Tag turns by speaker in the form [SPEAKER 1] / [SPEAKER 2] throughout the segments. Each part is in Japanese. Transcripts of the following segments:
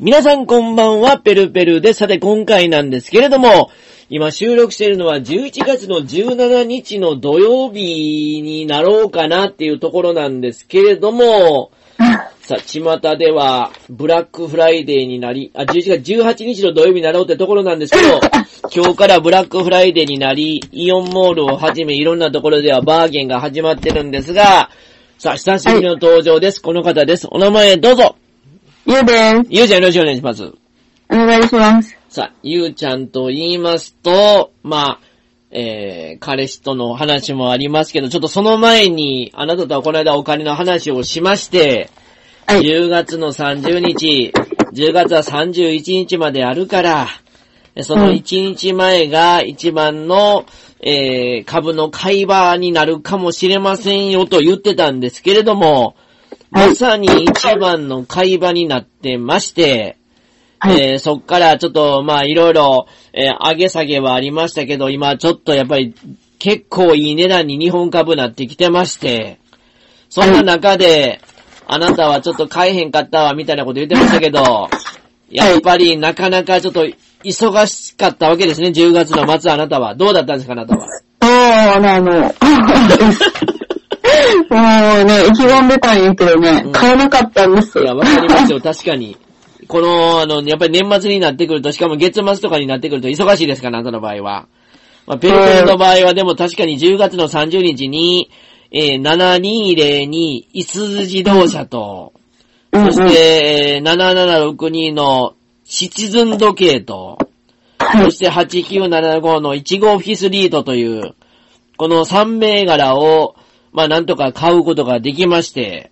[SPEAKER 1] 皆さんこんばんは、ペルペルです。さて、今回なんですけれども、今収録しているのは11月の17日の土曜日になろうかなっていうところなんですけれども、さあ、巷では、ブラックフライデーになり、あ、11月18日の土曜日になろうってところなんですけど、今日からブラックフライデーになり、イオンモールをはじめいろんなところではバーゲンが始まってるんですが、さあ、久しぶりの登場です。この方です。お名前どうぞ。
[SPEAKER 2] ゆうです。
[SPEAKER 1] ゆうちゃんよろしくお願いします。
[SPEAKER 2] お願いします。
[SPEAKER 1] さあ、ゆうちゃんと言いますと、まあ、えー、彼氏との話もありますけど、ちょっとその前に、あなたとはこの間お金の話をしまして、
[SPEAKER 2] はい。
[SPEAKER 1] 10月の30日、10月は31日まであるから、その1日前が一番の、えー、株の買い場になるかもしれませんよと言ってたんですけれども、
[SPEAKER 2] はい
[SPEAKER 1] まさに一番の買い場になってまして、
[SPEAKER 2] はい。
[SPEAKER 1] えーそっからちょっと、まあいろいろ、えー上げ下げはありましたけど、今ちょっとやっぱり結構いい値段に日本株なってきてまして、そんな中で、あなたはちょっと買えへんかったわ、みたいなこと言ってましたけど、やっぱりなかなかちょっと忙しかったわけですね、10月の末あなたは。どうだったんですか、あなたは。
[SPEAKER 2] そうなの。もうね、意気込んでたんやけどね
[SPEAKER 1] うん、
[SPEAKER 2] 買えなかったんです。
[SPEAKER 1] いや、わかりますよ、確かに。この、あの、やっぱり年末になってくると、しかも月末とかになってくると忙しいですから、あなたの場合は。まあ、ペルペルの場合は、でも確かに10月の30日に、えー、7202に、いすゞ自動車と、
[SPEAKER 2] うんう
[SPEAKER 1] そ
[SPEAKER 2] ん。
[SPEAKER 1] して、えー7762のシチズン時計と、
[SPEAKER 2] はい
[SPEAKER 1] そして8975の1号オフィスリートという、この3銘柄を、まあなんとか買うことができまして、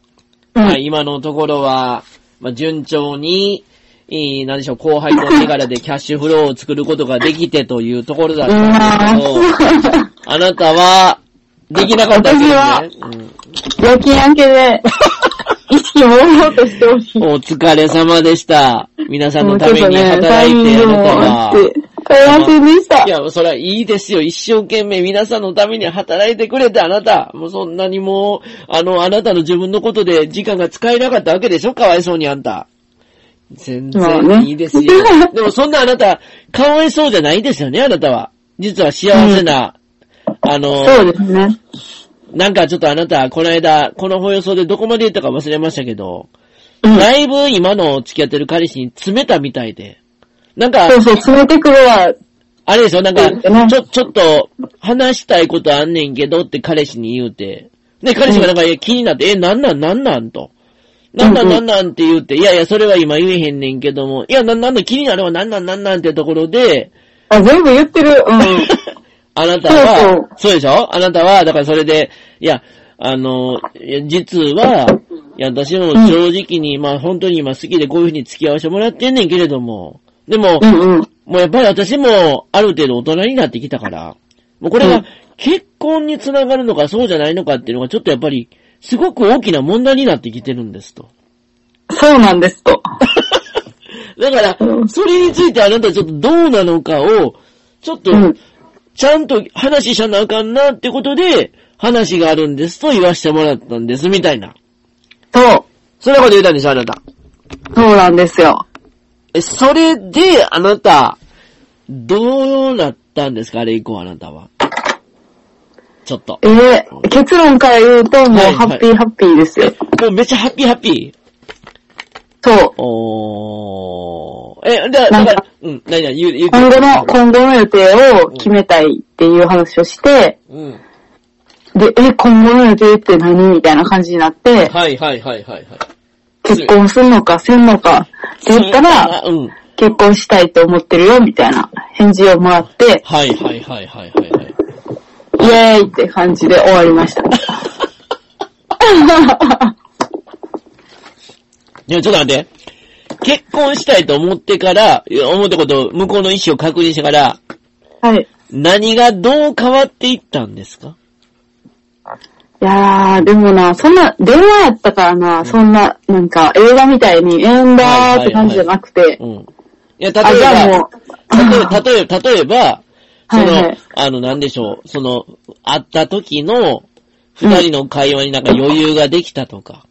[SPEAKER 2] うん
[SPEAKER 1] はい、今のところは、まあ、順調に、えー何でしょう、後輩の手柄でキャッシュフローを作ることができてというところだっ
[SPEAKER 2] う
[SPEAKER 1] たんですけど、
[SPEAKER 2] わ
[SPEAKER 1] あなたは、できなかったんですよね。うん
[SPEAKER 2] ぁ。夜勤明けで、意識もろうとしており。
[SPEAKER 1] お疲れ様でした。皆さんのために
[SPEAKER 2] タ
[SPEAKER 1] 働
[SPEAKER 2] イ
[SPEAKER 1] い
[SPEAKER 2] ミン
[SPEAKER 1] てあ
[SPEAKER 2] グ
[SPEAKER 1] な
[SPEAKER 2] も
[SPEAKER 1] た
[SPEAKER 2] あっ
[SPEAKER 1] は。
[SPEAKER 2] て、買いませんでした
[SPEAKER 1] い。や、それはいいですよ。一生懸命皆さんのために働いてくれてあなた。もうそんなにもう、あの、あなたの自分のことで時間が使えなかったわけでしょかわいそうにあんた。全
[SPEAKER 2] まあ
[SPEAKER 1] 然
[SPEAKER 2] ね
[SPEAKER 1] いいですよ。でもそんなあなた、かわいそうじゃないですよね、あなたは。実は幸せな、あの、
[SPEAKER 2] そうですね。
[SPEAKER 1] なんかちょっとあなた、この間、この放送でどこまで言ったか忘れましたけど、
[SPEAKER 2] うん。
[SPEAKER 1] だいぶ今の付き合ってる彼氏に詰めたみたいで。なんか、
[SPEAKER 2] そうそう、詰めてくるわ。
[SPEAKER 1] あれでしょなんか
[SPEAKER 2] そうですね、
[SPEAKER 1] ちょ、ちょっと、話したいことあんねんけどって彼氏に言うて。で、彼氏がなんか、いや気になって、え、なんなんなんなんと。なんなん
[SPEAKER 2] うんうん
[SPEAKER 1] なんなんって言うて、いやいや、それは今言えへんねんけども、いや、なんなんだ、気になるわ、なんなんなんなんってところで、
[SPEAKER 2] あ、全部言ってる。うん。
[SPEAKER 1] あなたは、
[SPEAKER 2] そ
[SPEAKER 1] そうでしょあなたは、だからそれで、いや、あの、いや実は、いや、私も正直に、まあ本当に今好きでこういう風に付き合わせてもらってんねんけれども、でも
[SPEAKER 2] う、んうん。
[SPEAKER 1] もうやっぱり私も、ある程度大人になってきたから、もうこれ
[SPEAKER 2] う
[SPEAKER 1] が
[SPEAKER 2] ん、
[SPEAKER 1] 結婚につながるのかそうじゃないのかっていうのが、ちょっとやっぱり、すごく大きな問題になってきてるんです と。
[SPEAKER 2] そうなんですと。
[SPEAKER 1] だから
[SPEAKER 2] う、ん
[SPEAKER 1] それについてあなたちょっとどうなのかを、ちょっと
[SPEAKER 2] う、ん。
[SPEAKER 1] ちゃんと話しちゃなあかんなってことで、話があるんですと言わせてもらったんです、みたいな。
[SPEAKER 2] そう。
[SPEAKER 1] そんなこと言ったんでしょ、あなた。
[SPEAKER 2] そうなんですよ。
[SPEAKER 1] え、それで、あなた、どうなったんですかあれ以降、あなたは。ちょっと。
[SPEAKER 2] ええ結論から言うと、もう
[SPEAKER 1] はいはい
[SPEAKER 2] ハッピーハッピーですよ。
[SPEAKER 1] もうめっちゃハッピーハッピー。
[SPEAKER 2] そう。
[SPEAKER 1] おー。え、だだ
[SPEAKER 2] な
[SPEAKER 1] か
[SPEAKER 2] ん
[SPEAKER 1] ら
[SPEAKER 2] か、
[SPEAKER 1] うん、何々、言う、言う。
[SPEAKER 2] 今後の、今後の予定を決めたいっていう話をして、
[SPEAKER 1] うん。
[SPEAKER 2] で、え、今後の予定って何みたいな感じになって、
[SPEAKER 1] はいはいはいはいはい。
[SPEAKER 2] 結婚するのかせんのかって言ったら、
[SPEAKER 1] うん。
[SPEAKER 2] 結婚したいと思ってるよ、みたいな返事をもらって、
[SPEAKER 1] はいはいはいはいはいはい。
[SPEAKER 2] イエーイって感じで終わり ました。
[SPEAKER 1] いや、ちょっと待って。結婚したいと思ってから、いや思ったこと、向こうの意思を確認してから、
[SPEAKER 2] はい。
[SPEAKER 1] 何がどう変わっていったんですか
[SPEAKER 2] いやー、でもな、そんな、電話やったからな、そんな、なんか映画みたいに、ええんだーって感じじゃなくて、
[SPEAKER 1] うん。いや、例えば、
[SPEAKER 2] あ、じゃあも
[SPEAKER 1] 例えば、例えば、例えば、その、
[SPEAKER 2] はいはい
[SPEAKER 1] あの、なんでしょう、その、会った時の、二人の会話になんか余裕ができたとか、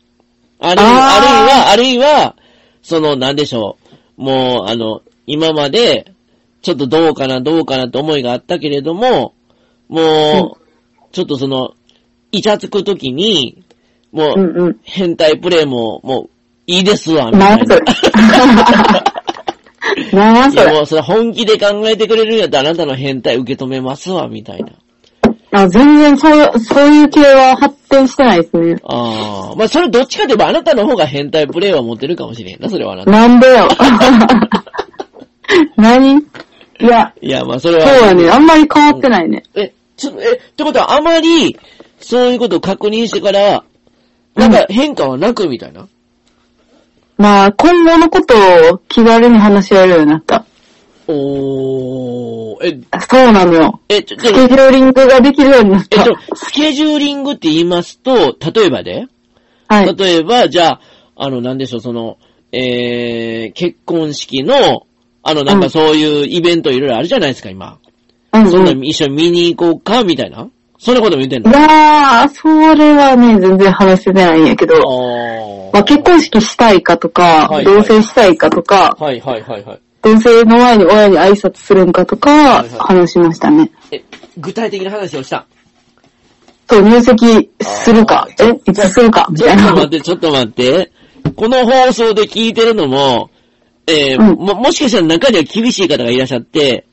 [SPEAKER 1] あるいあ
[SPEAKER 2] あー
[SPEAKER 1] るいは、あるいは、その、なんでしょう、もう、あの、今まで、ちょっとどうかな、どうかなって思いがあったけれども、もう、ちょっとその、イチャつくときに、も
[SPEAKER 2] うん
[SPEAKER 1] う、
[SPEAKER 2] うん。
[SPEAKER 1] 変態プレイも、もう、いいですわ、みた
[SPEAKER 2] ない んそ
[SPEAKER 1] な。
[SPEAKER 2] れ。なん
[SPEAKER 1] い
[SPEAKER 2] そ
[SPEAKER 1] や、
[SPEAKER 2] れ
[SPEAKER 1] も。うそれ本気で考えてくれるんやったらあなたの変態受け止めますわ、みた いな。
[SPEAKER 2] あ全然そう、そういう系は発展してないですね。
[SPEAKER 1] ああ。まあ、それどっちかといえばあなたの方が変態プレイは持ってるかもしれんな、それはあなた。
[SPEAKER 2] なんでよ。 何いや、
[SPEAKER 1] いや、まあ、それ
[SPEAKER 2] そう
[SPEAKER 1] は。
[SPEAKER 2] やね。あんまり変わってないね。
[SPEAKER 1] え、ちょっと、え、ってことはあまり、そういうことを確認してから、なんか変化はなくみたいな。
[SPEAKER 2] まあ、今後のことを気軽に話し合えるようになった。
[SPEAKER 1] おー、
[SPEAKER 2] そうなのよ。
[SPEAKER 1] え、え、ちょ、
[SPEAKER 2] ス
[SPEAKER 1] ち
[SPEAKER 2] ケ
[SPEAKER 1] ょ、
[SPEAKER 2] ジューリングができるようになっ
[SPEAKER 1] え、
[SPEAKER 2] た
[SPEAKER 1] ち。ょ、スケジューリングって言いますと、例えばで、
[SPEAKER 2] はい。
[SPEAKER 1] 例えば、じゃあ、あの、なんでしょう、その、えー、結婚式の、あの、なん
[SPEAKER 2] う
[SPEAKER 1] か
[SPEAKER 2] ん
[SPEAKER 1] そういうイベントいろいろあるじゃないですか、今。
[SPEAKER 2] うん
[SPEAKER 1] そんな
[SPEAKER 2] うん。
[SPEAKER 1] の一緒に見に行こうか、みたいな。そんなことも言ってんの
[SPEAKER 2] いやー、それはね、全然話せてないんやけど、
[SPEAKER 1] あー
[SPEAKER 2] まあ、結婚式したいかとか、
[SPEAKER 1] はい
[SPEAKER 2] 同棲したいかとか、
[SPEAKER 1] はいはいはいはい。
[SPEAKER 2] 同棲の前に親に挨拶するんかとか
[SPEAKER 1] は、いはい
[SPEAKER 2] 話しましたね。
[SPEAKER 1] え、具体的な話をした。
[SPEAKER 2] と、入籍するか、え、いつするか、み
[SPEAKER 1] ちょ
[SPEAKER 2] たい
[SPEAKER 1] っと待
[SPEAKER 2] な
[SPEAKER 1] っ。て、ちょっと待って。この放送で聞いてるのも、えー
[SPEAKER 2] うん
[SPEAKER 1] も、もしかしたら中には厳しい方がいらっしゃって、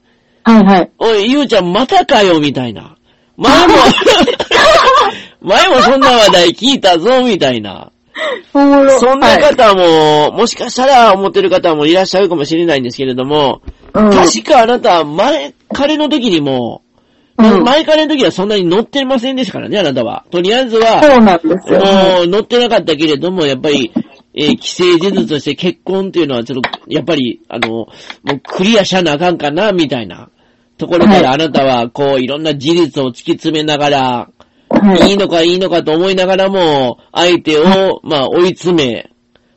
[SPEAKER 2] はいはい。
[SPEAKER 1] おい、ゆうちゃんまたかよ、みたいな。前 も、前もそんな話題聞いたぞ、みたいな。
[SPEAKER 2] おもろ
[SPEAKER 1] そんな
[SPEAKER 2] はい
[SPEAKER 1] 方も、もしかしたら思ってる方もいらっしゃるかもしれないんですけれども、
[SPEAKER 2] うん
[SPEAKER 1] 確かあなた、前、彼の時にも、
[SPEAKER 2] うん
[SPEAKER 1] 前彼の時はそんなに乗ってませんでしたからね、あなたは。とりあえずは、
[SPEAKER 2] そうなんですよ。
[SPEAKER 1] もう乗ってなかったけれども、やっぱり、えー既成事実として結婚っていうのはちょっと、やっぱり、あの、もうクリアしゃなあかんかな、みたいな。ところか
[SPEAKER 2] はい
[SPEAKER 1] らあなたは、こう、いろんな事実を突き詰めながら、
[SPEAKER 2] はい
[SPEAKER 1] いのかいいのかと思いながらも、相手を、まあ、追い詰め、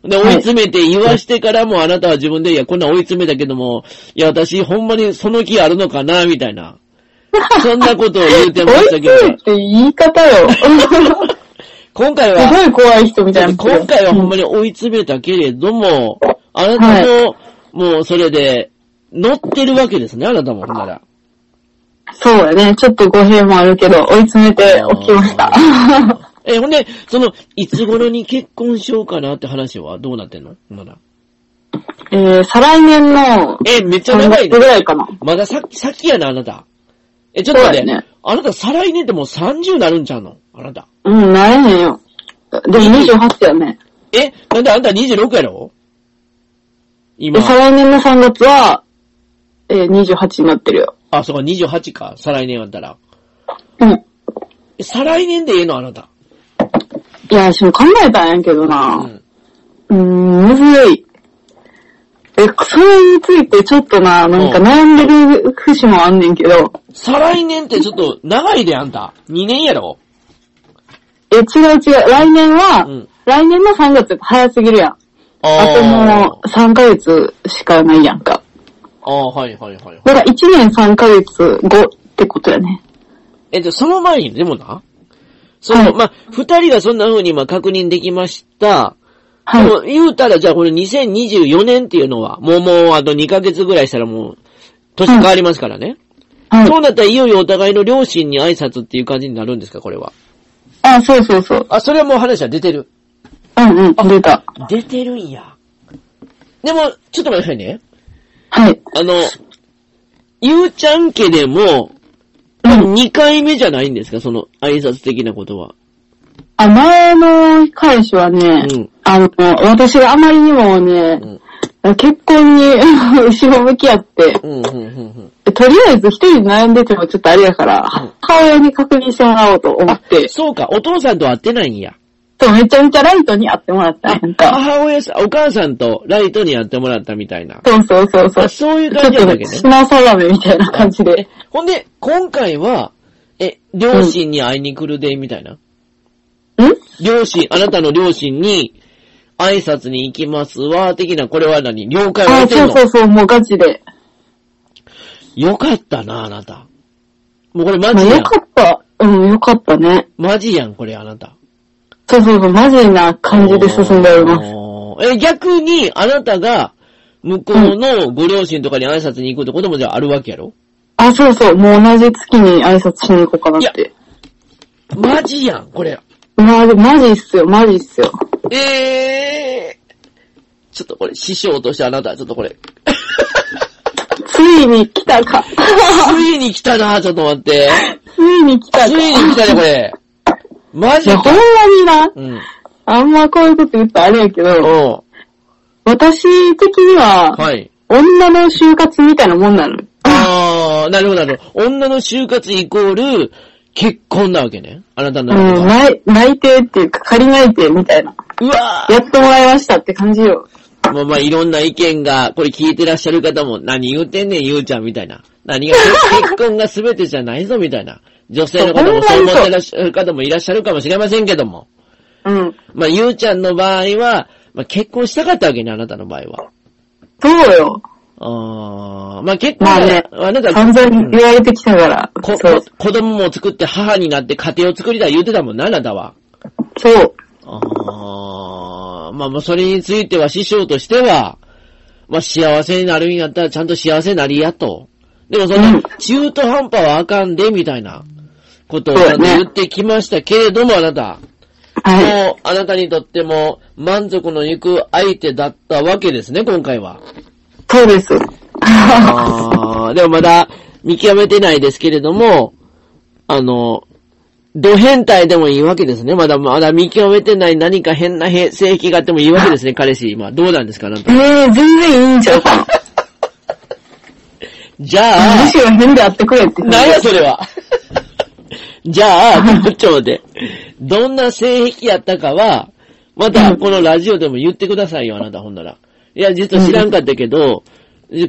[SPEAKER 1] で、追い詰めて言わしてからも、あなたは自分で、いや、こんなん追い詰めたけども、いや、私、ほんまにその気あるのかな、みたいな。そんなことを言うてましたけど、
[SPEAKER 2] おいしいって言い 方よ。す
[SPEAKER 1] 今回は、
[SPEAKER 2] ごい怖い人みたいな。
[SPEAKER 1] 今回はほんまに追い詰めたけれども、あなたも、もうそれで、乗ってるわけですね、あなたも、ほんなら。
[SPEAKER 2] そうやね。ちょっと語弊もあるけど、追い詰めておきました。
[SPEAKER 1] え、ほんで、その、いつ頃に結婚しようかなって話はどうなってんのほんなら。
[SPEAKER 2] えー、再来年の
[SPEAKER 1] え、めっちゃ
[SPEAKER 2] 3
[SPEAKER 1] 長
[SPEAKER 2] 月
[SPEAKER 1] い
[SPEAKER 2] ぐ
[SPEAKER 1] ね。
[SPEAKER 2] らいかな。
[SPEAKER 1] まださっき、さっきやな、あなた。え、ちょっと待って、
[SPEAKER 2] そうやね
[SPEAKER 1] あなた再来年ってもう30なるんちゃうのあなた。
[SPEAKER 2] うん、なれへんよ。でも28やね。
[SPEAKER 1] え、なんであんた26やろ今
[SPEAKER 2] で、。再来年の3月は、えー、28になってるよ。
[SPEAKER 1] あ、そうか、28か、再来年やったら。
[SPEAKER 2] うん。
[SPEAKER 1] え再来年でええのあなた。
[SPEAKER 2] いや、私も考えたんやけど
[SPEAKER 1] う
[SPEAKER 2] な。
[SPEAKER 1] ん。
[SPEAKER 2] うーん、むずい。え、それについてちょっとな、なんか
[SPEAKER 1] うん
[SPEAKER 2] 悩んでる節もあんねんけど、
[SPEAKER 1] 再来年ってちょっと長いで、あんた。2年やろ
[SPEAKER 2] え、違う違う、来年は、
[SPEAKER 1] うん
[SPEAKER 2] 来年の3月って早すぎるやん。あともう3ヶ月しかないやんか。
[SPEAKER 1] ああ、はいはいはいはい。
[SPEAKER 2] だから1年3ヶ月後ってことやね。
[SPEAKER 1] えっと、その前に、でもな、その、
[SPEAKER 2] はい
[SPEAKER 1] まあ、二人がそんな風に今確認できました。
[SPEAKER 2] はい。
[SPEAKER 1] でも、言うたら、じゃあこれ2024年っていうのは、もうもうあと2ヶ月ぐらいしたらもう、年変わりますからね。
[SPEAKER 2] はい。
[SPEAKER 1] そうなったらいよいよお互いの両親に挨拶っていう感じになるんですか、これは。
[SPEAKER 2] あ、そうそうそう。
[SPEAKER 1] あ、それはもう話は出てる。
[SPEAKER 2] うんうん、出た。
[SPEAKER 1] 出てるんや。でも、ちょっと待ってくださいね。
[SPEAKER 2] はい。
[SPEAKER 1] あの、ゆうちゃん家でも、
[SPEAKER 2] うん。
[SPEAKER 1] 2回目じゃないんですかその挨拶的なことは。
[SPEAKER 2] あ、前の彼氏はね、
[SPEAKER 1] うん
[SPEAKER 2] あの、私があまりにもね、結婚に 後ろ向き合って、
[SPEAKER 1] うん、うん、うん、うん。
[SPEAKER 2] とりあえず一人で悩んでてもちょっとあれやから、母親に確認してもらおうと思
[SPEAKER 1] あ
[SPEAKER 2] って、、
[SPEAKER 1] そうか、お父さんと会ってないんや。
[SPEAKER 2] そうめちゃめちゃライトに会ってもらったんやんか。
[SPEAKER 1] 母親さん、お母さんとライトにやってもらったみたいな。
[SPEAKER 2] そうそうそうそ
[SPEAKER 1] あ
[SPEAKER 2] う。
[SPEAKER 1] そういう
[SPEAKER 2] ちょ
[SPEAKER 1] 感
[SPEAKER 2] っ
[SPEAKER 1] じな
[SPEAKER 2] と
[SPEAKER 1] んだ
[SPEAKER 2] ね
[SPEAKER 1] けどね。
[SPEAKER 2] 品定めみたいな感じで。
[SPEAKER 1] ほんで、今回は、え、両親に会いに来るで、みたいな。
[SPEAKER 2] ん
[SPEAKER 1] 両親、あなたの両親に、挨拶に行きますわ、的な、これは何了解を
[SPEAKER 2] あ、
[SPEAKER 1] 得て
[SPEAKER 2] そ
[SPEAKER 1] ん
[SPEAKER 2] う
[SPEAKER 1] の
[SPEAKER 2] そうそう、もうガチで。
[SPEAKER 1] よかったな、あなた。もうこれマ
[SPEAKER 2] まあ
[SPEAKER 1] ジや
[SPEAKER 2] よ
[SPEAKER 1] ん。
[SPEAKER 2] かった。うん、よかったね。
[SPEAKER 1] マジやん、これあなた。
[SPEAKER 2] そうそうそう、マジな感じで進んでおります。
[SPEAKER 1] おーえ、逆に、あなたが、向こうのご両親とかに挨拶に行くってこともじゃああるわけやろ
[SPEAKER 2] あ、そうそう。もう同じ月に挨拶しに行こうかなって。
[SPEAKER 1] マジやん、これ。
[SPEAKER 2] まあ、マジっすよ、マジっすよ。
[SPEAKER 1] ええー。ちょっとこれ、師匠としてあなた、ちょっとこ れ。
[SPEAKER 2] ついに来 たか。
[SPEAKER 1] ついに来たな、ちょっと待って。
[SPEAKER 2] ついに来たか。
[SPEAKER 1] ついに来たね、これ。マ
[SPEAKER 2] い
[SPEAKER 1] ジ
[SPEAKER 2] や、ほん
[SPEAKER 1] か。
[SPEAKER 2] まにな。
[SPEAKER 1] うん。
[SPEAKER 2] あんまこういうこと言ったらあれやけど、
[SPEAKER 1] お
[SPEAKER 2] 私的には、
[SPEAKER 1] はい。
[SPEAKER 2] 女の就活みたいなもんなの。
[SPEAKER 1] あー、なるほど、なるほど。女の就活イコール、結婚なわけね。あなた
[SPEAKER 2] う
[SPEAKER 1] の中では。
[SPEAKER 2] ん、内内定っていうか仮内定みたいな。
[SPEAKER 1] うわ
[SPEAKER 2] やってもらいましたって感じよ。
[SPEAKER 1] ー。まあまあ、いろんな意見が、これ聞いてらっしゃる方も、何言うてんねん、ゆうちゃんみたいな。何が、結婚が全てじゃないぞ、みたいな。女性の方もそう思ってらっしゃる方もいらっしゃるかもしれませんけども。
[SPEAKER 2] うん。
[SPEAKER 1] まあ、ゆうちゃんの場合は、まあ、結婚したかったわけね、あなたの場合は。
[SPEAKER 2] そうよ。
[SPEAKER 1] あーまあ結婚
[SPEAKER 2] まあ
[SPEAKER 1] は
[SPEAKER 2] ね
[SPEAKER 1] あなた、
[SPEAKER 2] 散々言われてきたから。
[SPEAKER 1] こ
[SPEAKER 2] そう。
[SPEAKER 1] 子供も作って母になって家庭を作りたい言うてたもんな、あなたは。
[SPEAKER 2] そう。
[SPEAKER 1] あーまあもうそれについては師匠としては、まあ幸せになるんやったらちゃんと幸せなりやと。でもそん
[SPEAKER 2] う
[SPEAKER 1] なん中途半端はあかんで、みたいなことを
[SPEAKER 2] そう
[SPEAKER 1] ちゃ
[SPEAKER 2] だ
[SPEAKER 1] んと
[SPEAKER 2] ね
[SPEAKER 1] 言ってきましたけれども、あなた。
[SPEAKER 2] はい。
[SPEAKER 1] もう、あなたにとっても満足のいく相手だったわけですね、今回は。
[SPEAKER 2] そうです。
[SPEAKER 1] あーでもまだ見極めてないですけれども、あの、ド変態でもいいわけですね。まだまだ見極めてない何か変なへ性癖があってもいいわけ ですね、彼氏。今、どうなんですかなん
[SPEAKER 2] え
[SPEAKER 1] か。
[SPEAKER 2] えー、全然いい んちゃうかな。
[SPEAKER 1] じゃ
[SPEAKER 2] む
[SPEAKER 1] あ
[SPEAKER 2] し、ろ変であってくれって。
[SPEAKER 1] なんやそれは。 じゃあ、部長で、どんな性癖やったかは、またこのラジオでも言ってくださいよ、あなたほんなら。いや、実は知らんかったけど、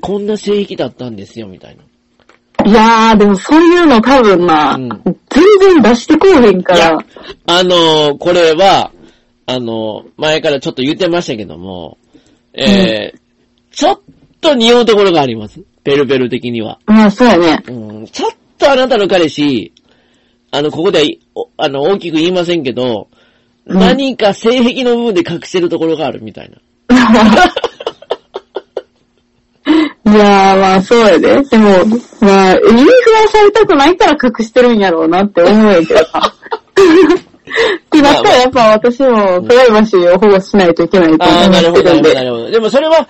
[SPEAKER 1] こんな性癖だったんですよ、みたいな。
[SPEAKER 2] いやー、でもそういうの多分な、
[SPEAKER 1] うん
[SPEAKER 2] 全然出してこうへんか
[SPEAKER 1] いや
[SPEAKER 2] ら。、
[SPEAKER 1] あのーこれは、あのー前からちょっと言ってましたけども、えーちょっと匂うところがあります。ペルペル的には。
[SPEAKER 2] まあ、そうやね。
[SPEAKER 1] うん、ちょっとあなたの彼氏、あの、ここではい、おあの、大きく言いませんけど、
[SPEAKER 2] うん
[SPEAKER 1] 何か性癖の部分で隠してるところがあるみたいな。
[SPEAKER 2] いやー、まあ、そうやで。でも、まあ、言いふらされたくないから隠してるんやろうなって思うやけどな。ってなったらやっぱ私もプライバシーを保護しないといけないと
[SPEAKER 1] ああ、なる
[SPEAKER 2] 思っ
[SPEAKER 1] ほ
[SPEAKER 2] てる
[SPEAKER 1] ど、
[SPEAKER 2] ん
[SPEAKER 1] な
[SPEAKER 2] で。
[SPEAKER 1] るほど。でもそれは、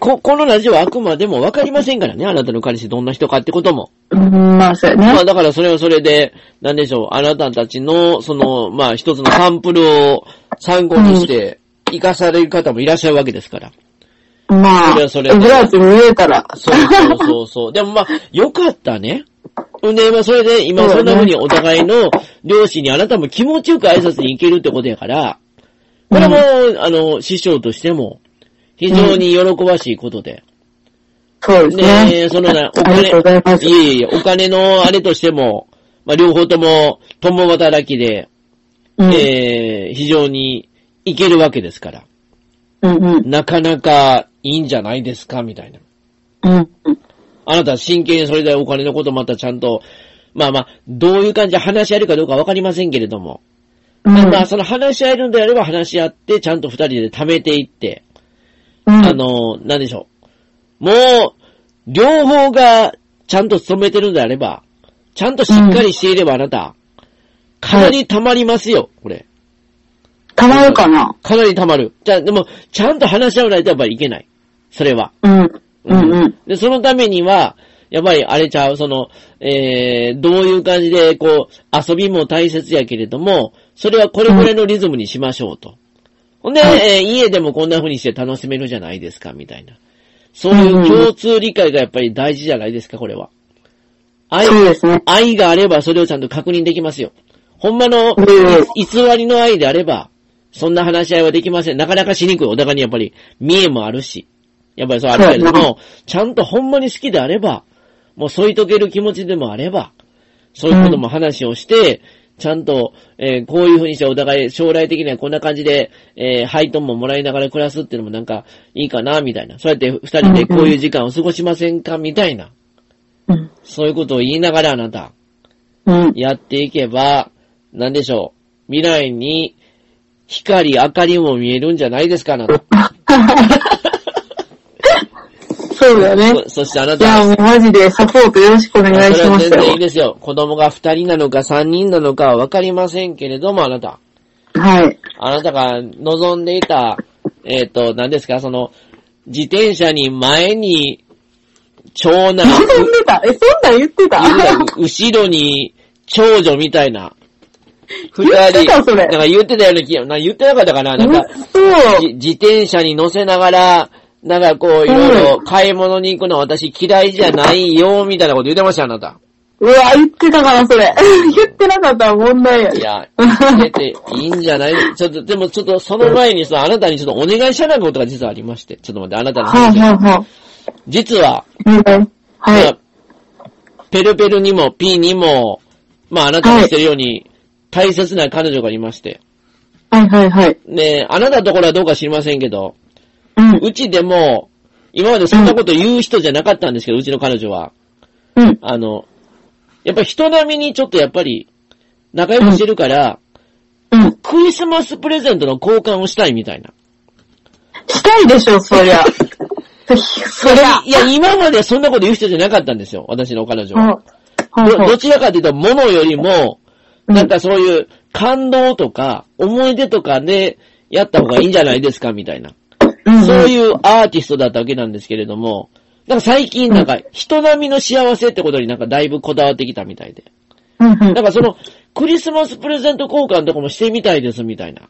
[SPEAKER 1] こ、このラジオはあくまでもわかりませんからね、あなたの彼氏どんな人かってことも。
[SPEAKER 2] うん、まあそうや
[SPEAKER 1] まあ
[SPEAKER 2] ね。
[SPEAKER 1] だからそれはそれで、なんでしょう、あなたたちの、その、まあ一つのサンプルを参考にして、活かされる方もいらっしゃるわけですから。
[SPEAKER 2] まあ、
[SPEAKER 1] それはそれで
[SPEAKER 2] ブラウス見えたら。
[SPEAKER 1] そうそうそうそう。でもまあ、よかったね。で、まあそれで、今そんな風にお互いの両親にあなたも気持ちよく挨拶に行けるってことやから、これも、あの、師匠としても、非常に喜ばしいことで。
[SPEAKER 2] そうですね。
[SPEAKER 1] ねえ、そのな、お
[SPEAKER 2] あ
[SPEAKER 1] 金、
[SPEAKER 2] りがとうございます
[SPEAKER 1] いえいえ、お金のあれとしても、まあ、両方とも、共働きで、
[SPEAKER 2] うん
[SPEAKER 1] えー非常にいけるわけですから、
[SPEAKER 2] うんうん。
[SPEAKER 1] なかなかいいんじゃないですか、みたいな。
[SPEAKER 2] うんうん。
[SPEAKER 1] あなた真剣にそれでお金のことまたちゃんと、まあまあ、どういう感じで話し合えるかどうかわかりませんけれども、
[SPEAKER 2] うん
[SPEAKER 1] まあその話し合えるんであれば話し合って、ちゃんと二人で貯めていって、
[SPEAKER 2] うん
[SPEAKER 1] あの、なんでしょう。もう、両方がちゃんと勤めてるんであれば、ちゃんとしっかりしていればあなた、かなり溜まりますよ、これ。
[SPEAKER 2] たまるかな
[SPEAKER 1] かなり溜まる。じゃあ、でも、ちゃんと話し合わないとやっぱりいけない。それは。
[SPEAKER 2] うん。うんうん。
[SPEAKER 1] で、そのためには、やっぱりあれちゃう、その、えー、どういう感じで、こう、遊びも大切やけれども、それはこれぐらいのリズムにしましょうと。ほんで、
[SPEAKER 2] は
[SPEAKER 1] え
[SPEAKER 2] い
[SPEAKER 1] ー家でもこんな風にして楽しめるじゃないですか、みたいな。そういう共通理解がやっぱり大事じゃないですか、これは。愛、
[SPEAKER 2] そうですね。
[SPEAKER 1] 愛があればそれをちゃんと確認できますよ。ほんまの、
[SPEAKER 2] うん
[SPEAKER 1] い偽りの愛であれば、そんな話し合いはできません。なかなかしにくい。お互いにやっぱり、見栄もあるし。やっぱりそうあるけれど
[SPEAKER 2] そうや
[SPEAKER 1] も、ちゃんとほんまに好きであれば、もう添い遂げる気持ちでもあれば、そういうことも話をして、ちゃんと、えーこういう風にしてお互い将来的にはこんな感じで、えー配当ももらいながら暮らすっていうのもなんかいいかな、みたいな。そうやって二人でこういう時間を過ごしませんか、みたいな。
[SPEAKER 2] うん。
[SPEAKER 1] そういうことを言いながらあなた、
[SPEAKER 2] うん。
[SPEAKER 1] やっていけば、なんでしょう。未来に、光、明かりも見えるんじゃないですか、あなた。
[SPEAKER 2] そうだよね。
[SPEAKER 1] そそしてあないた
[SPEAKER 2] や、もうマジでサポートよろしくお願い
[SPEAKER 1] それ
[SPEAKER 2] し
[SPEAKER 1] は
[SPEAKER 2] ま
[SPEAKER 1] 全
[SPEAKER 2] す
[SPEAKER 1] 然いい
[SPEAKER 2] よ。
[SPEAKER 1] ですよ。子供が二人なのか三人なのかはわかりませんけれども、あなた。
[SPEAKER 2] はい。
[SPEAKER 1] あなたが望んでいた、えっ、と、何ですか、その、自転車に前に、長 男、
[SPEAKER 2] 望んでた。え、そんなん言ってた
[SPEAKER 1] 後ろに、長女みたいな。二
[SPEAKER 2] 言ってた
[SPEAKER 1] 人、
[SPEAKER 2] それ
[SPEAKER 1] なんか言ってたような気が、なんか言ってなかったかななんか、
[SPEAKER 2] そう。
[SPEAKER 1] じ自転車に乗せながら、なんかこう、いろいろ買い物に行くの私嫌いじゃないよ、みたいなこと言ってました、あなた。
[SPEAKER 2] うわ、言ってたかな、それ。 言ってなかったら問題や。
[SPEAKER 1] いや、出ていいんじゃないちょっと、でもちょっとその前にさ、あなたにちょっとお願いしたないことが実はありまして。ちょっと待って、あなたに
[SPEAKER 2] は
[SPEAKER 1] 話
[SPEAKER 2] い
[SPEAKER 1] を。
[SPEAKER 2] はいは
[SPEAKER 1] 実は、
[SPEAKER 2] い。うんは
[SPEAKER 1] ま
[SPEAKER 2] い。
[SPEAKER 1] あペルペルにも P にも、まああなたがしてるように、大切な彼女がいまして。
[SPEAKER 2] はいはいはい。
[SPEAKER 1] ねえ、あなたのところはどうか知りませんけど、
[SPEAKER 2] うん。
[SPEAKER 1] うちでも、今までそんなこと言う人じゃなかったんですけど、うちの彼女は。
[SPEAKER 2] うん。
[SPEAKER 1] あの、やっぱり人並みにちょっとやっぱり、仲良くしてるから、
[SPEAKER 2] うん。
[SPEAKER 1] クリスマスプレゼントの交換をしたいみたいな。
[SPEAKER 2] したいでしょ、そりゃ。そりゃ。
[SPEAKER 1] いや、今までそんなこと言う人じゃなかったんですよ、私の彼女
[SPEAKER 2] うん
[SPEAKER 1] は。
[SPEAKER 2] はい
[SPEAKER 1] ど
[SPEAKER 2] は
[SPEAKER 1] ど
[SPEAKER 2] い。
[SPEAKER 1] ちらかというと、物よりも、
[SPEAKER 2] うん
[SPEAKER 1] なんかそういう感動とか、思い出とかで、やった方がいいんじゃないですか、みたいな。
[SPEAKER 2] うん
[SPEAKER 1] そういうアーティストだったわけなんですけれども、なんか最近なんか人並みの幸せってことになんかだいぶこだわってきたみたいで。
[SPEAKER 2] うん うん。
[SPEAKER 1] なんかその、クリスマスプレゼント交換とかもしてみたいですみたいな。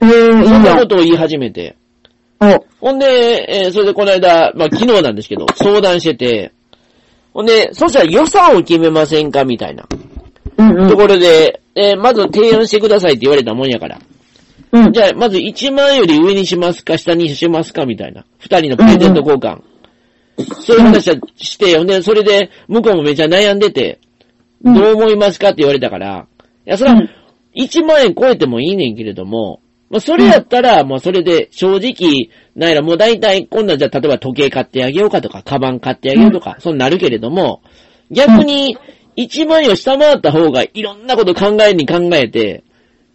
[SPEAKER 2] えー、いい
[SPEAKER 1] そんな
[SPEAKER 2] な
[SPEAKER 1] こ。とを言い始めて。
[SPEAKER 2] お
[SPEAKER 1] ほんで、えーそれでこの間、まあ昨日なんですけど、相談してて、ほんで、そしたら予算を決めませんかみたいな。
[SPEAKER 2] うんう
[SPEAKER 1] と
[SPEAKER 2] ん。
[SPEAKER 1] ころで、えーまず提案してくださいって言われたもんやから。
[SPEAKER 2] うん
[SPEAKER 1] じ。ゃあ、まず1万より上にしますか、下にしますか、みたいな。2人のプレゼント交換。そういう話はして、ほんで、それで、向こうもめちゃ悩んでて、ど
[SPEAKER 2] うん
[SPEAKER 1] う思いますかって言われたから、いや、それ
[SPEAKER 2] う
[SPEAKER 1] は
[SPEAKER 2] ん、
[SPEAKER 1] 1万円超えてもいいねんけれども、まあ、それやったら、まあ、それで、正直、なんやら、もう大体、こんなんじゃ、例えば時計買ってあげようかとか、カバン買ってあげようとか、そうなるけれども、逆に、1万円を下回った方が、いろんなこと考えに考えて、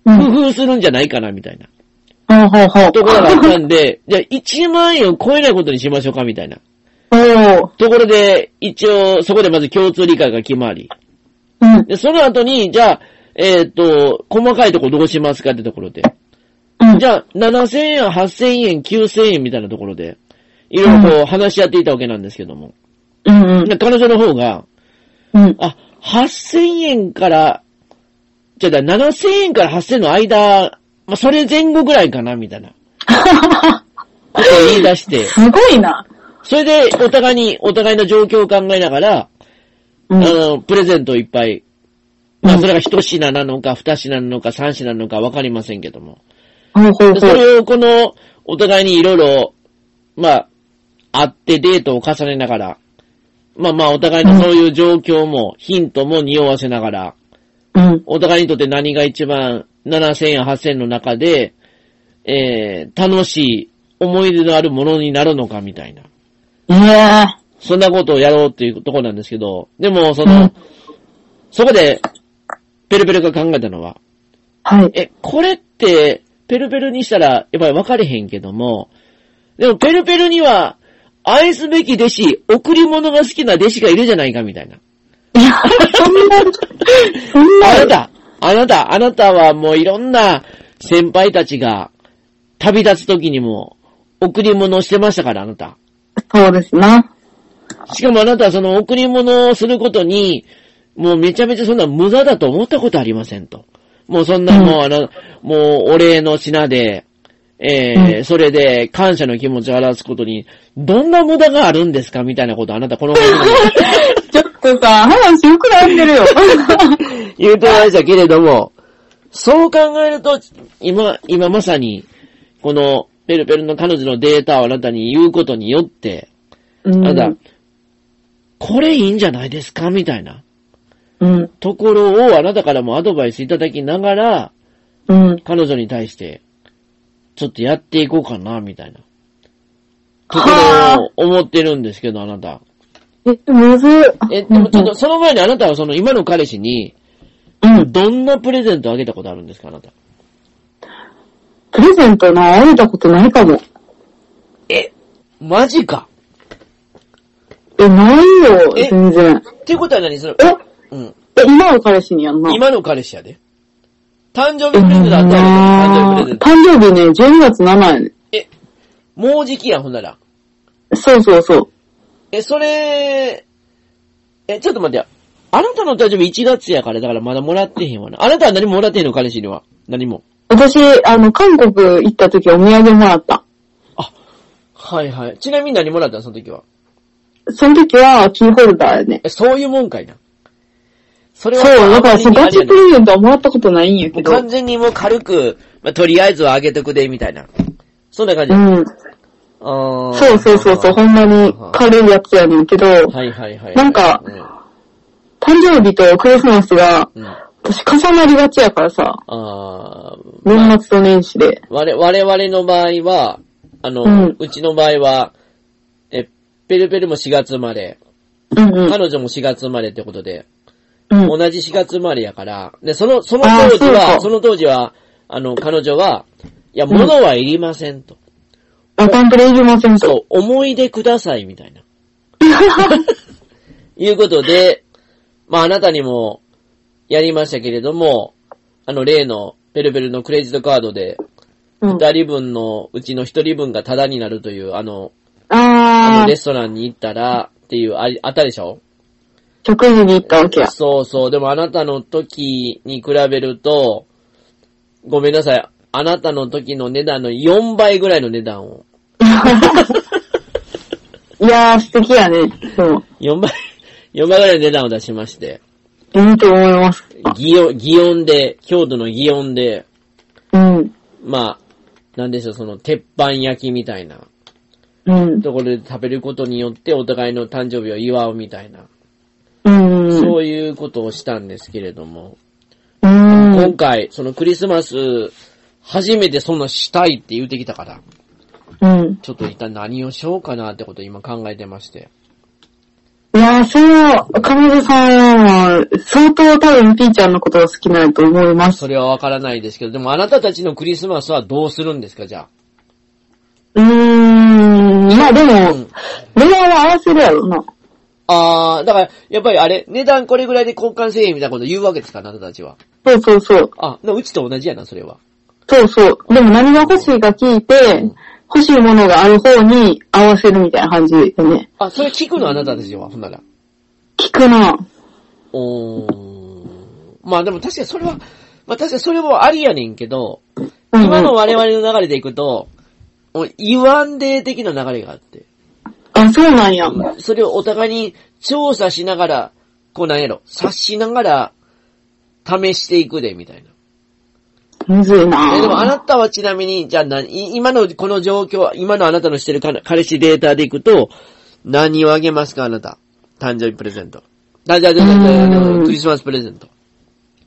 [SPEAKER 2] うん。
[SPEAKER 1] 工夫するんじゃないかな、みたいな。
[SPEAKER 2] ほうほうほう。
[SPEAKER 1] ところがあったんで、じゃあ1万円を超えないことにしましょうか、みたいな。
[SPEAKER 2] おー。
[SPEAKER 1] ところで、一応、そこでまず共通理解が決まり。
[SPEAKER 2] うん。
[SPEAKER 1] で、その後に、じゃあ、えっ、と、細かいとこどうしますかってところで。
[SPEAKER 2] うん。
[SPEAKER 1] じゃあ、7000円、8000円、9000円みたいなところで、いろいろこう話し合っていたわけなんですけども。
[SPEAKER 2] うんうん。
[SPEAKER 1] で、彼女の方が、
[SPEAKER 2] うん。
[SPEAKER 1] あ、8000円から、じゃあ、だから7000円から8000円の間、まあ、それ前後ぐらいかな、みたいな。ことを言い出 して。
[SPEAKER 2] すごいな。
[SPEAKER 1] それで、お互いに、お互いの状況を考えながら、
[SPEAKER 2] うん。
[SPEAKER 1] あの、プレゼントをいっぱい、ま
[SPEAKER 2] う
[SPEAKER 1] あ、
[SPEAKER 2] ん
[SPEAKER 1] それが一品なのか、二品なのか、三品なのか、わかりませんけども。
[SPEAKER 2] ほうほう
[SPEAKER 1] で
[SPEAKER 2] ほ。
[SPEAKER 1] そうれを、この、お互いにいろいろ、まあ、会ってデートを重ねながら、まあまあ、お互いのそういう状況も、ヒントも匂わせながら、
[SPEAKER 2] うん。
[SPEAKER 1] お互いにとって何が一番、7000円、8000円の中で、えー、楽しい、思い出のあるものになるのか、みたいな。
[SPEAKER 2] いやー。
[SPEAKER 1] そんなことをやろうっていうところなんですけど、でも、そうの
[SPEAKER 2] ん、
[SPEAKER 1] そこで、ペルペルが考えたのは、
[SPEAKER 2] はい。
[SPEAKER 1] え、これって、ペルペルにしたら、やっぱり分かれへんけども、でも、ペルペルには、愛すべき弟子、贈り物が好きな弟子がいるじゃないか、みたいな。
[SPEAKER 2] いや、そんな、そんな。
[SPEAKER 1] あなた、あなた、あなたはもういろんな先輩たちが、旅立つ時にも、贈り物をしてましたから、あなた。
[SPEAKER 2] そうで すな。
[SPEAKER 1] しかもあなたはその贈り物をすることに、もうめちゃめちゃそんな無駄だと思ったことありませんと。もうそんなもうあの、もうお礼の品で、えー
[SPEAKER 2] うん
[SPEAKER 1] それで感謝の気持ちを表すことに、どんな無駄があるんですかみたいなことあなたこの本
[SPEAKER 2] ちょっとさ、話膨らんでるよ。
[SPEAKER 1] に言うてましたけれども、そう考えると、今、今まさに、このペルペルの彼女のデータをあなたに言うことによって、
[SPEAKER 2] うん
[SPEAKER 1] あなた、これいいんじゃないですかみたいな。
[SPEAKER 2] うん。
[SPEAKER 1] ところをあなたからもアドバイスいただきながら、
[SPEAKER 2] うん。
[SPEAKER 1] 彼女に対して、ちょっとやっていこうかな、みたいな。とこ
[SPEAKER 2] は
[SPEAKER 1] ろを思ってるんですけど、あなた。
[SPEAKER 2] ぁ。え、むず
[SPEAKER 1] え、でもちょっと、その前にあなたはその今の彼氏に、
[SPEAKER 2] うん。
[SPEAKER 1] どんなプレゼントあげたことあるんですか、あなた。
[SPEAKER 2] プレゼントな、あげたことないかも。
[SPEAKER 1] マジか。
[SPEAKER 2] え、ないよ、
[SPEAKER 1] え
[SPEAKER 2] 全然。
[SPEAKER 1] っていうことは何その、
[SPEAKER 2] え
[SPEAKER 1] うん。
[SPEAKER 2] え、今の彼氏にやんな。
[SPEAKER 1] 今の彼氏やで。誕生
[SPEAKER 2] え
[SPEAKER 1] 日プレゼントだったやろ、誕生日プレゼント。
[SPEAKER 2] 誕生日ね、12月7やね。
[SPEAKER 1] え、もうじきやん、ほんなら。
[SPEAKER 2] そうそうそう。
[SPEAKER 1] え、それ、え、ちょっと待ってよ。あなたの誕生日1月やから、だからまだもらってへんわな。あなたは何ももらってへんの、彼氏には。何も。
[SPEAKER 2] 私、あの、韓国行った時お土産もらった。
[SPEAKER 1] あ、はいはい。ちなみに何もらったのその時は。
[SPEAKER 2] その時はキーホルダーやね。
[SPEAKER 1] え、そういうもんかいな。それは、
[SPEAKER 2] そう、だからそう、
[SPEAKER 1] あ
[SPEAKER 2] ガ
[SPEAKER 1] んまり
[SPEAKER 2] チ
[SPEAKER 1] あれや
[SPEAKER 2] プ
[SPEAKER 1] ね
[SPEAKER 2] レゼントはもらったことないんや
[SPEAKER 1] も
[SPEAKER 2] け
[SPEAKER 1] う
[SPEAKER 2] ど。
[SPEAKER 1] 完全にもう軽く、まあ、とりあえずはあげとくで、みたいな。そんな感じ。
[SPEAKER 2] う
[SPEAKER 1] あ
[SPEAKER 2] ん。
[SPEAKER 1] あー
[SPEAKER 2] そうそうそうそう、ほんまに軽いやつやねんけど、
[SPEAKER 1] はいはいはい。
[SPEAKER 2] なんか
[SPEAKER 1] う
[SPEAKER 2] 誕生日とクリスマスが、
[SPEAKER 1] ん。うん、あ
[SPEAKER 2] 私重なりがちやからさ、
[SPEAKER 1] あー、
[SPEAKER 2] 年末と年始で。
[SPEAKER 1] 我我々の場合は、あの、う
[SPEAKER 2] うん
[SPEAKER 1] ちの場合は、え、ペルペルも4月生まれ、
[SPEAKER 2] うんうん。
[SPEAKER 1] 彼女も4月生まれってことで、
[SPEAKER 2] うん。
[SPEAKER 1] 同じ4月生まれやから、で、その、その
[SPEAKER 2] あー
[SPEAKER 1] 当時
[SPEAKER 2] そう
[SPEAKER 1] は、
[SPEAKER 2] か
[SPEAKER 1] その当時は、あの、彼女は、いや、物はいりませんと。
[SPEAKER 2] あ、誕生日いりませんと。
[SPEAKER 1] そう、思い出くださいみたい な。いうことで、まああなたにもやりましたけれども、あの例のペルペルのクレジットカードで、
[SPEAKER 2] うん、
[SPEAKER 1] 二人分のうちの一人分がタダになるという、あの、あ
[SPEAKER 2] あ
[SPEAKER 1] のレ
[SPEAKER 2] ー、
[SPEAKER 1] ストランに行ったら、っていう、ありあったでしょ
[SPEAKER 2] 食事に行った わけや。
[SPEAKER 1] そうそう。でもあなたの時に比べると、ごめんなさい。あなたの時の値段の4倍ぐらいの値段を。
[SPEAKER 2] いやー、素敵やね。そう。
[SPEAKER 1] 4倍、4倍ぐらいの値段を出しまして。
[SPEAKER 2] いいと思います。
[SPEAKER 1] 祇園、祇園で、京都の祇園で、
[SPEAKER 2] うん。
[SPEAKER 1] まあ、なんでしょう、その、鉄板焼きみたいな
[SPEAKER 2] うん。
[SPEAKER 1] ところで食べることによって、お互いの誕生日を祝うみたいな、
[SPEAKER 2] うん。
[SPEAKER 1] そういうことをしたんですけれども、
[SPEAKER 2] うん。
[SPEAKER 1] 今回、そのクリスマス、初めてそんなしたいって言ってきたから、
[SPEAKER 2] うん。
[SPEAKER 1] ちょっと一体何をしようかなってことを今考えてまして。
[SPEAKER 2] いやー、そう、彼女さんは、相当多分、ピーちゃんのことが好きなんやと思います。
[SPEAKER 1] それはわからないですけど、でもあなたたちのクリスマスはどうするんですか、じゃ
[SPEAKER 2] うーん、まあで
[SPEAKER 1] あ。
[SPEAKER 2] も、
[SPEAKER 1] うん。
[SPEAKER 2] 値段は合わせるやろな。
[SPEAKER 1] あー、だから、やっぱりあれ、値段これぐらいで交換せえみたいなこと言うわけですか、あなたたちは。
[SPEAKER 2] そうそうそう。
[SPEAKER 1] あ、なうちと同じやな、それは。
[SPEAKER 2] そうそう。でも何が欲しいか聞いて、欲しいものがある方に合わせるみたいな感じでね。
[SPEAKER 1] あ、それ聞くのあなたたちは、ほんなら。
[SPEAKER 2] 聞くな。
[SPEAKER 1] おーまあでも確かにそれは、まあ確かにそれもありやねんけど、
[SPEAKER 2] うんうん
[SPEAKER 1] 今の我々の流れでいくと、お言わんで的な流れがあって、
[SPEAKER 2] あ、そうなんや。うん
[SPEAKER 1] それをお互いに調査しながら、こうなんやろ、察しながら、試していくで、みたいな。
[SPEAKER 2] むずいな
[SPEAKER 1] えでもあなたはちなみに、じゃあ何、い今のこの状況、今のあなたのしてる彼彼氏データでいくと、何をあげますか、あなた。誕生日プレゼント。誕生日
[SPEAKER 2] うーん
[SPEAKER 1] クリスマスプレゼント。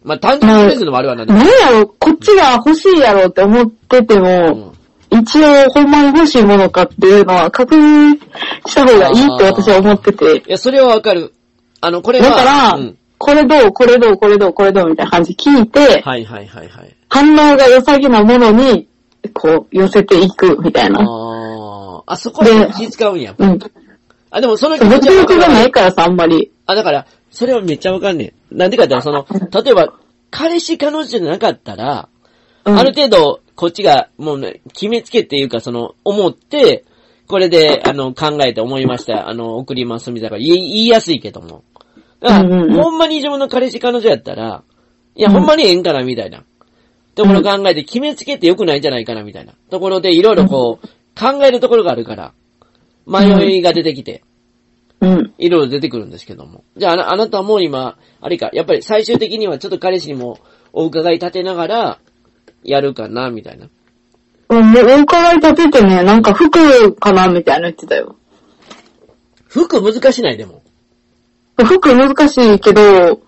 [SPEAKER 1] まあ、誕生日プレゼントもあるわな、でも
[SPEAKER 2] 何やろ、こっちが欲しいやろって思ってても、一応ほんまに欲しいものかっていうのは確認した方がいいって私は思ってて。
[SPEAKER 1] いや、それはわかる。あの、これは、
[SPEAKER 2] だから、
[SPEAKER 1] うん、
[SPEAKER 2] これどう、これどう、これどう、これどうみたいな感じ聞いて、
[SPEAKER 1] はいはいはいはい。
[SPEAKER 2] 反応が良さげなものに、こう、寄せていくみたいな。
[SPEAKER 1] あーあ、そこで気使うんや。
[SPEAKER 2] うん。
[SPEAKER 1] あ、でもその気持
[SPEAKER 2] 物
[SPEAKER 1] ちはわか
[SPEAKER 2] 欲
[SPEAKER 1] る
[SPEAKER 2] がないからさ、あんまり。
[SPEAKER 1] あ、だから、それはめっちゃわかんねえ。なんでかって言ったら、 その、例えば、彼氏彼女じゃなかったら、
[SPEAKER 2] うん
[SPEAKER 1] ある程度、こっちが、もうね、決めつけっていうか、その、思って、これで、あの、考えて思いました、あの、送ります、みたいな、言い言いやすいけども。だから、
[SPEAKER 2] うんうんうん
[SPEAKER 1] ほんまに自分の彼氏彼女やったら、いや、ほんまにええんかな、みたいな。ところを考えて、決めつけて良くないんじゃないかな、みたいな。ところで、いろいろこう、考えるところがあるから、迷いが出てきて、
[SPEAKER 2] うん。
[SPEAKER 1] いろいろ出てくるんですけども。じゃあ、あなあなたも今、あれか、やっぱり最終的にはちょっと彼氏にもお伺い立てながら、やるかな、みたいな。
[SPEAKER 2] うん、もうお伺い立ててね、なんか服かなみたいなの言ってたよ。
[SPEAKER 1] 服難しないでも。
[SPEAKER 2] 服難しいけど、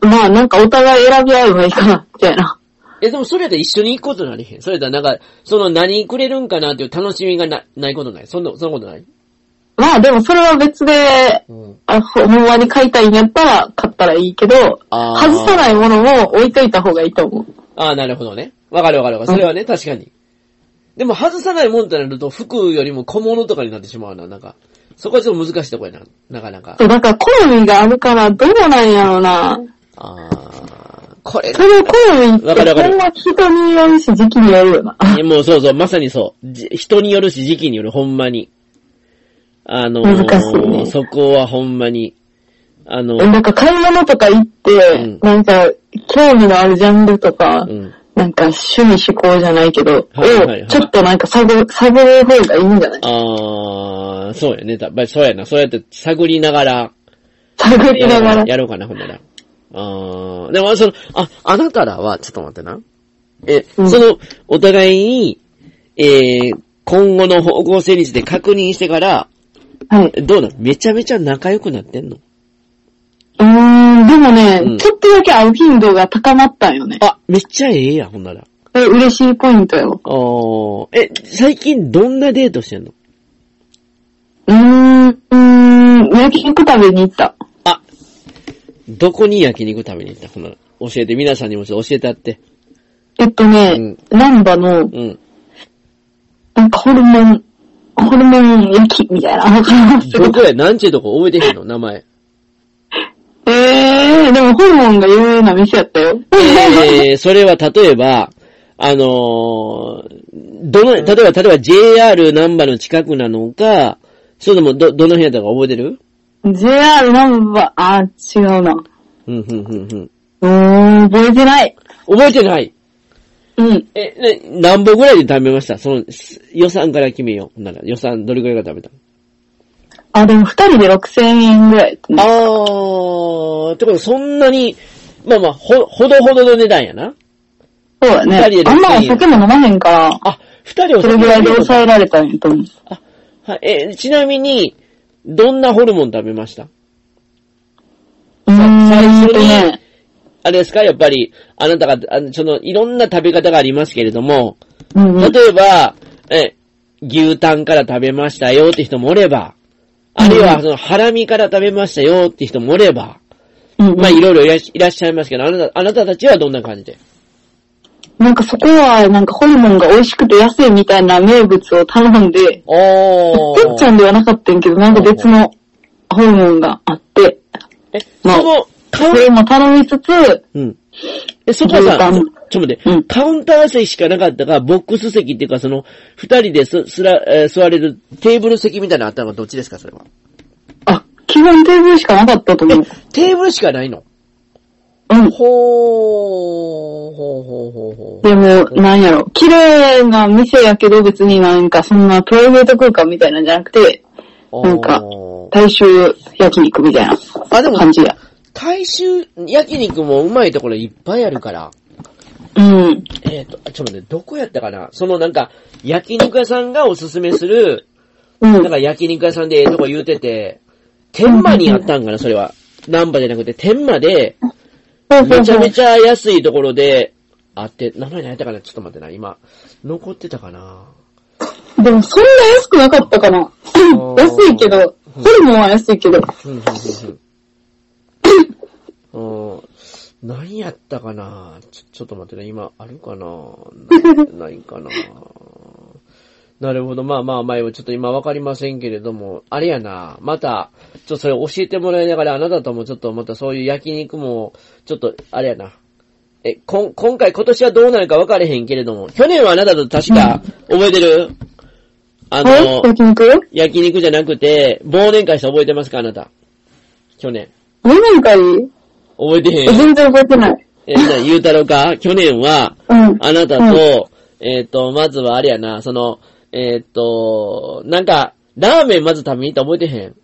[SPEAKER 2] まあなんかお互い選び合えばいいかな、みたいな。
[SPEAKER 1] え、でもそれで一緒に行くことなりへん。それだなんか、その何くれるんかなっていう楽しみがな、ないことない。そんな、そんなことない。
[SPEAKER 2] まあでもそれは別で、
[SPEAKER 1] うん。
[SPEAKER 2] あほほんまに買いたいんやったら買ったらいいけど、
[SPEAKER 1] あー
[SPEAKER 2] 外さないものも置いといた方がいいと思う。
[SPEAKER 1] ああ、なるほどね。わかるわかるわかる。それはね、確かに。でも外さないもんってなると、服よりも小物とかになってしまうな、なんか。そこはちょっと難しいとこやな。なかなか。
[SPEAKER 2] そう、だから好みがあるから、どうなんやろな。
[SPEAKER 1] あー、これ
[SPEAKER 2] そ、れを好みって、
[SPEAKER 1] わかるわかる
[SPEAKER 2] ほんま人によるし、時期によるよな。
[SPEAKER 1] いやもうそうそう、まさにそう。じ人によるし、時期による、ほんまに。あのー
[SPEAKER 2] 難しいね
[SPEAKER 1] そこはほんまに。あのー
[SPEAKER 2] なんか買い物とか行って、
[SPEAKER 1] うん
[SPEAKER 2] なんか、興味のあるジャンルとか、
[SPEAKER 1] うん。
[SPEAKER 2] なんか趣味嗜好じゃないけど、
[SPEAKER 1] はいはいはい
[SPEAKER 2] をちょっとなんか探る、探る方がいいんじゃない
[SPEAKER 1] あー、そうやね。やっぱりそうやな。そうやって探りながら、
[SPEAKER 2] 探り
[SPEAKER 1] やろう
[SPEAKER 2] な
[SPEAKER 1] か
[SPEAKER 2] がら
[SPEAKER 1] な、。やろうかな、ほんなら。あー、でもその、あ、あなたらは、ちょっと待ってな。え、
[SPEAKER 2] うん
[SPEAKER 1] その、お互いに、えー、今後の方向性について確認してから、
[SPEAKER 2] はい。
[SPEAKER 1] どうなのめちゃめちゃ仲良くなってんの
[SPEAKER 2] うーん、でもね、
[SPEAKER 1] うん
[SPEAKER 2] ちょっとだけ会う頻度が高まったんよね。
[SPEAKER 1] あ、めっちゃええやん、ほんなら。
[SPEAKER 2] それ嬉しいポイントよ。
[SPEAKER 1] あー、え、最近どんなデートしてんの
[SPEAKER 2] うーん、うーん、焼肉食べに行った。
[SPEAKER 1] あ、どこに焼肉食べに行ったほんなら。教えて、皆さんにもちょっと教えてあって。
[SPEAKER 2] えっとね、難波の、
[SPEAKER 1] うん。
[SPEAKER 2] なんかホルモン、ホルモン焼きみたいな。わかります
[SPEAKER 1] どこや、なんちゅうとこ覚えてへんの名前。
[SPEAKER 2] えー、でもホルモンが有名な店やったよ。
[SPEAKER 1] えー、それは例えば、あのー、どの、例えば、例えば JR ナンバの近くなのか、それともど、どの辺やったか覚えてる
[SPEAKER 2] JR ナンバー、あー、違うな。
[SPEAKER 1] うん、うん、うん、うん。
[SPEAKER 2] うーん、覚えてない。
[SPEAKER 1] 覚えてない
[SPEAKER 2] うん。
[SPEAKER 1] え、ね、何本ぐらいで食べましたその、す予算から決めよう。ほんなら、予算どれぐらいから食べた
[SPEAKER 2] あ、でも二人で6000円ぐらい。
[SPEAKER 1] あー、ってことそんなに、まあまあ、ほ、ほどほどの値段やな。
[SPEAKER 2] そうだ
[SPEAKER 1] 二人
[SPEAKER 2] ね。
[SPEAKER 1] で
[SPEAKER 2] あんま
[SPEAKER 1] 6000
[SPEAKER 2] お
[SPEAKER 1] 円
[SPEAKER 2] 酒も飲まへんから、
[SPEAKER 1] あ、二人を
[SPEAKER 2] それぐらいで抑えられたんやと思う。
[SPEAKER 1] あ、はい、え、ちなみに、どんなホルモン食べました
[SPEAKER 2] うーん、
[SPEAKER 1] 最初
[SPEAKER 2] と
[SPEAKER 1] に
[SPEAKER 2] ね、
[SPEAKER 1] あれですかやっぱり、あなたが、あのその、いろんな食べ方がありますけれども、
[SPEAKER 2] うんうん、
[SPEAKER 1] 例えば、え、牛タンから食べましたよって人もおれば、あるいは、その、ハラミから食べましたよって人もおれば、
[SPEAKER 2] うんうん
[SPEAKER 1] まあ、いろいろいらっしいらっしゃいますけど、あなた、あなたたちはどんな感じで
[SPEAKER 2] なんかそこは、なんかホルモンが美味しくて安いみたいな名物を頼んで、
[SPEAKER 1] お
[SPEAKER 2] てっちゃんではなかったんやけど、なんか別のホルモンがあって、
[SPEAKER 1] え、そ
[SPEAKER 2] まあ
[SPEAKER 1] の、カウ
[SPEAKER 2] そ
[SPEAKER 1] ン
[SPEAKER 2] れも頼みつつ、
[SPEAKER 1] うん。え、そこは
[SPEAKER 2] 牛タ
[SPEAKER 1] さ、
[SPEAKER 2] ン
[SPEAKER 1] ちょっと待って、
[SPEAKER 2] うん
[SPEAKER 1] カウンター席しかなかったか、ボックス席っていうか、その、二人です、すら、えー座れるテーブル席みたいなのあったのはどっちですか、それは。
[SPEAKER 2] あ、基本テーブルしかなかったと思う。
[SPEAKER 1] テーブルしかないの
[SPEAKER 2] うん。
[SPEAKER 1] ほー、ほうほうほうほう。
[SPEAKER 2] でも、なんやろ、綺麗な店やけど別になんかそんなプライベート空間みたいなんじゃなくて、なんか
[SPEAKER 1] あ
[SPEAKER 2] 大衆焼肉みたいな
[SPEAKER 1] ーあ、でも、
[SPEAKER 2] 感じや。
[SPEAKER 1] 大衆焼肉もうまいところいっぱいあるから、
[SPEAKER 2] うん。
[SPEAKER 1] えっ、と、あちょっと待って、どこやったかなそのなんか、焼肉屋さんがおすすめする、
[SPEAKER 2] う
[SPEAKER 1] なん
[SPEAKER 2] ん。
[SPEAKER 1] か焼肉屋さんでええとこ言うてて、天満にあったんかな、それは。ナンバじゃなくて、天満で、
[SPEAKER 2] そうそ
[SPEAKER 1] め
[SPEAKER 2] う
[SPEAKER 1] ち
[SPEAKER 2] そ
[SPEAKER 1] ゃ
[SPEAKER 2] う
[SPEAKER 1] め。ちゃ安いところで、あって、名前何やったかなちょっと待ってな、今、残ってたかな
[SPEAKER 2] でもそんな安くなかったかな。
[SPEAKER 1] ー
[SPEAKER 2] 安いけど、ホルモンは安いけど。
[SPEAKER 1] ふんふんふんふ ん。うん何やったかなちょ、ちょっと待ってね、今、あるかななないかななるほど。まあまあまあ、ちょっと今わかりませんけれども、あれやな。また、ちょっとそれ教えてもらいながら、あなたともちょっとまたそういう焼肉も、ちょっと、あれやな。え、こん、今回、今年はどうなるか分かれへんけれども、去年はあなたと確か、覚えてる、あ
[SPEAKER 2] はい
[SPEAKER 1] の、
[SPEAKER 2] 焼肉
[SPEAKER 1] 焼肉じゃなくて、忘年会した覚えてますかあなた。去年。
[SPEAKER 2] 何年かい
[SPEAKER 1] 覚えてへん。
[SPEAKER 2] 全然覚えてない。
[SPEAKER 1] えー、な、ゆうたろうか去年は、
[SPEAKER 2] うん。
[SPEAKER 1] あなたと、えっ、と、まずはあれやな、その、えっ、と、なんか、ラーメンまず食べに行った覚えてへん。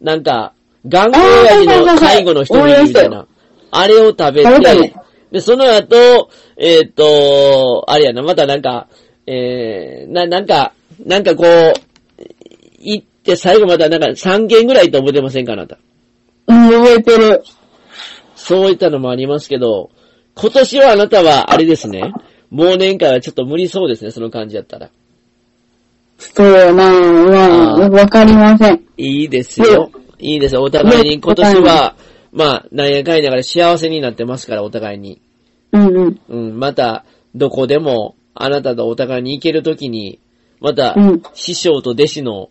[SPEAKER 1] なんか、頑固親父の介護の人もいるみたいな。あれを食べ
[SPEAKER 2] 食べた
[SPEAKER 1] て
[SPEAKER 2] ね、
[SPEAKER 1] で、その後、えっ、と、あれやな、またなんか、えー、な、なんか、なんかこう、行って最後またなんか3軒ぐらいって覚えてませんかあなた。
[SPEAKER 2] うん、覚えてる。
[SPEAKER 1] そういったのもありますけど、今年はあなたはあれですね。忘年会はちょっと無理そうですね、その感じやったら。
[SPEAKER 2] そうやなまあ
[SPEAKER 1] あー
[SPEAKER 2] わかりません。
[SPEAKER 1] いいですよ。いいですよ。お互いに今年は、まあ、なんやかんやから幸せになってますから、お互いに。
[SPEAKER 2] うんうん。
[SPEAKER 1] うん、また、どこでも、あなたとお互いに行けるときに、また、
[SPEAKER 2] うん
[SPEAKER 1] 師匠と弟子の、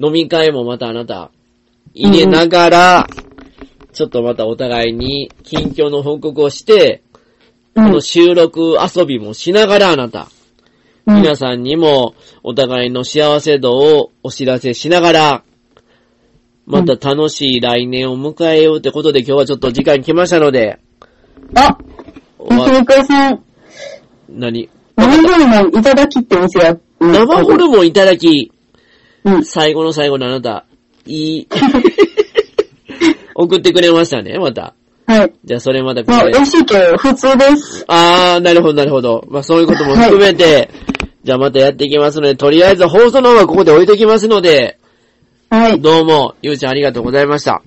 [SPEAKER 1] 飲み会もまたあなた、入れながら、ちょっとまたお互いに近況の報告をして、
[SPEAKER 2] う
[SPEAKER 1] こ
[SPEAKER 2] ん
[SPEAKER 1] の収録遊びもしながらあなた、
[SPEAKER 2] うん。
[SPEAKER 1] 皆さんにもお互いの幸せ度をお知らせしながら、また楽しい来年を迎えようってことで今日はちょっと時間来ましたので、
[SPEAKER 2] あ、
[SPEAKER 1] お
[SPEAKER 2] 西
[SPEAKER 1] わ
[SPEAKER 2] 向井さん、
[SPEAKER 1] 何
[SPEAKER 2] 生ホルモンいただきって店や。
[SPEAKER 1] 生ホル
[SPEAKER 2] ン
[SPEAKER 1] モンいただき、
[SPEAKER 2] うん。
[SPEAKER 1] 最後の最後のあなた、いい、送ってくれましたね、また。
[SPEAKER 2] はい。
[SPEAKER 1] じゃあそれまたこ
[SPEAKER 2] まあ、
[SPEAKER 1] れ
[SPEAKER 2] 美。味しいけど、普通です。
[SPEAKER 1] あー、なるほど、なるほど。まあそういうことも含めて、じゃあまたやっていきますので、とりあえず放送の方はここで置いときますので、
[SPEAKER 2] はい。
[SPEAKER 1] どうも、ゆうちゃんありがとうございました。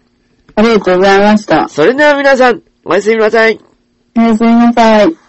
[SPEAKER 2] ありがとうございました。
[SPEAKER 1] それでは皆さん、おやすみなさい。
[SPEAKER 2] おやすみなさい。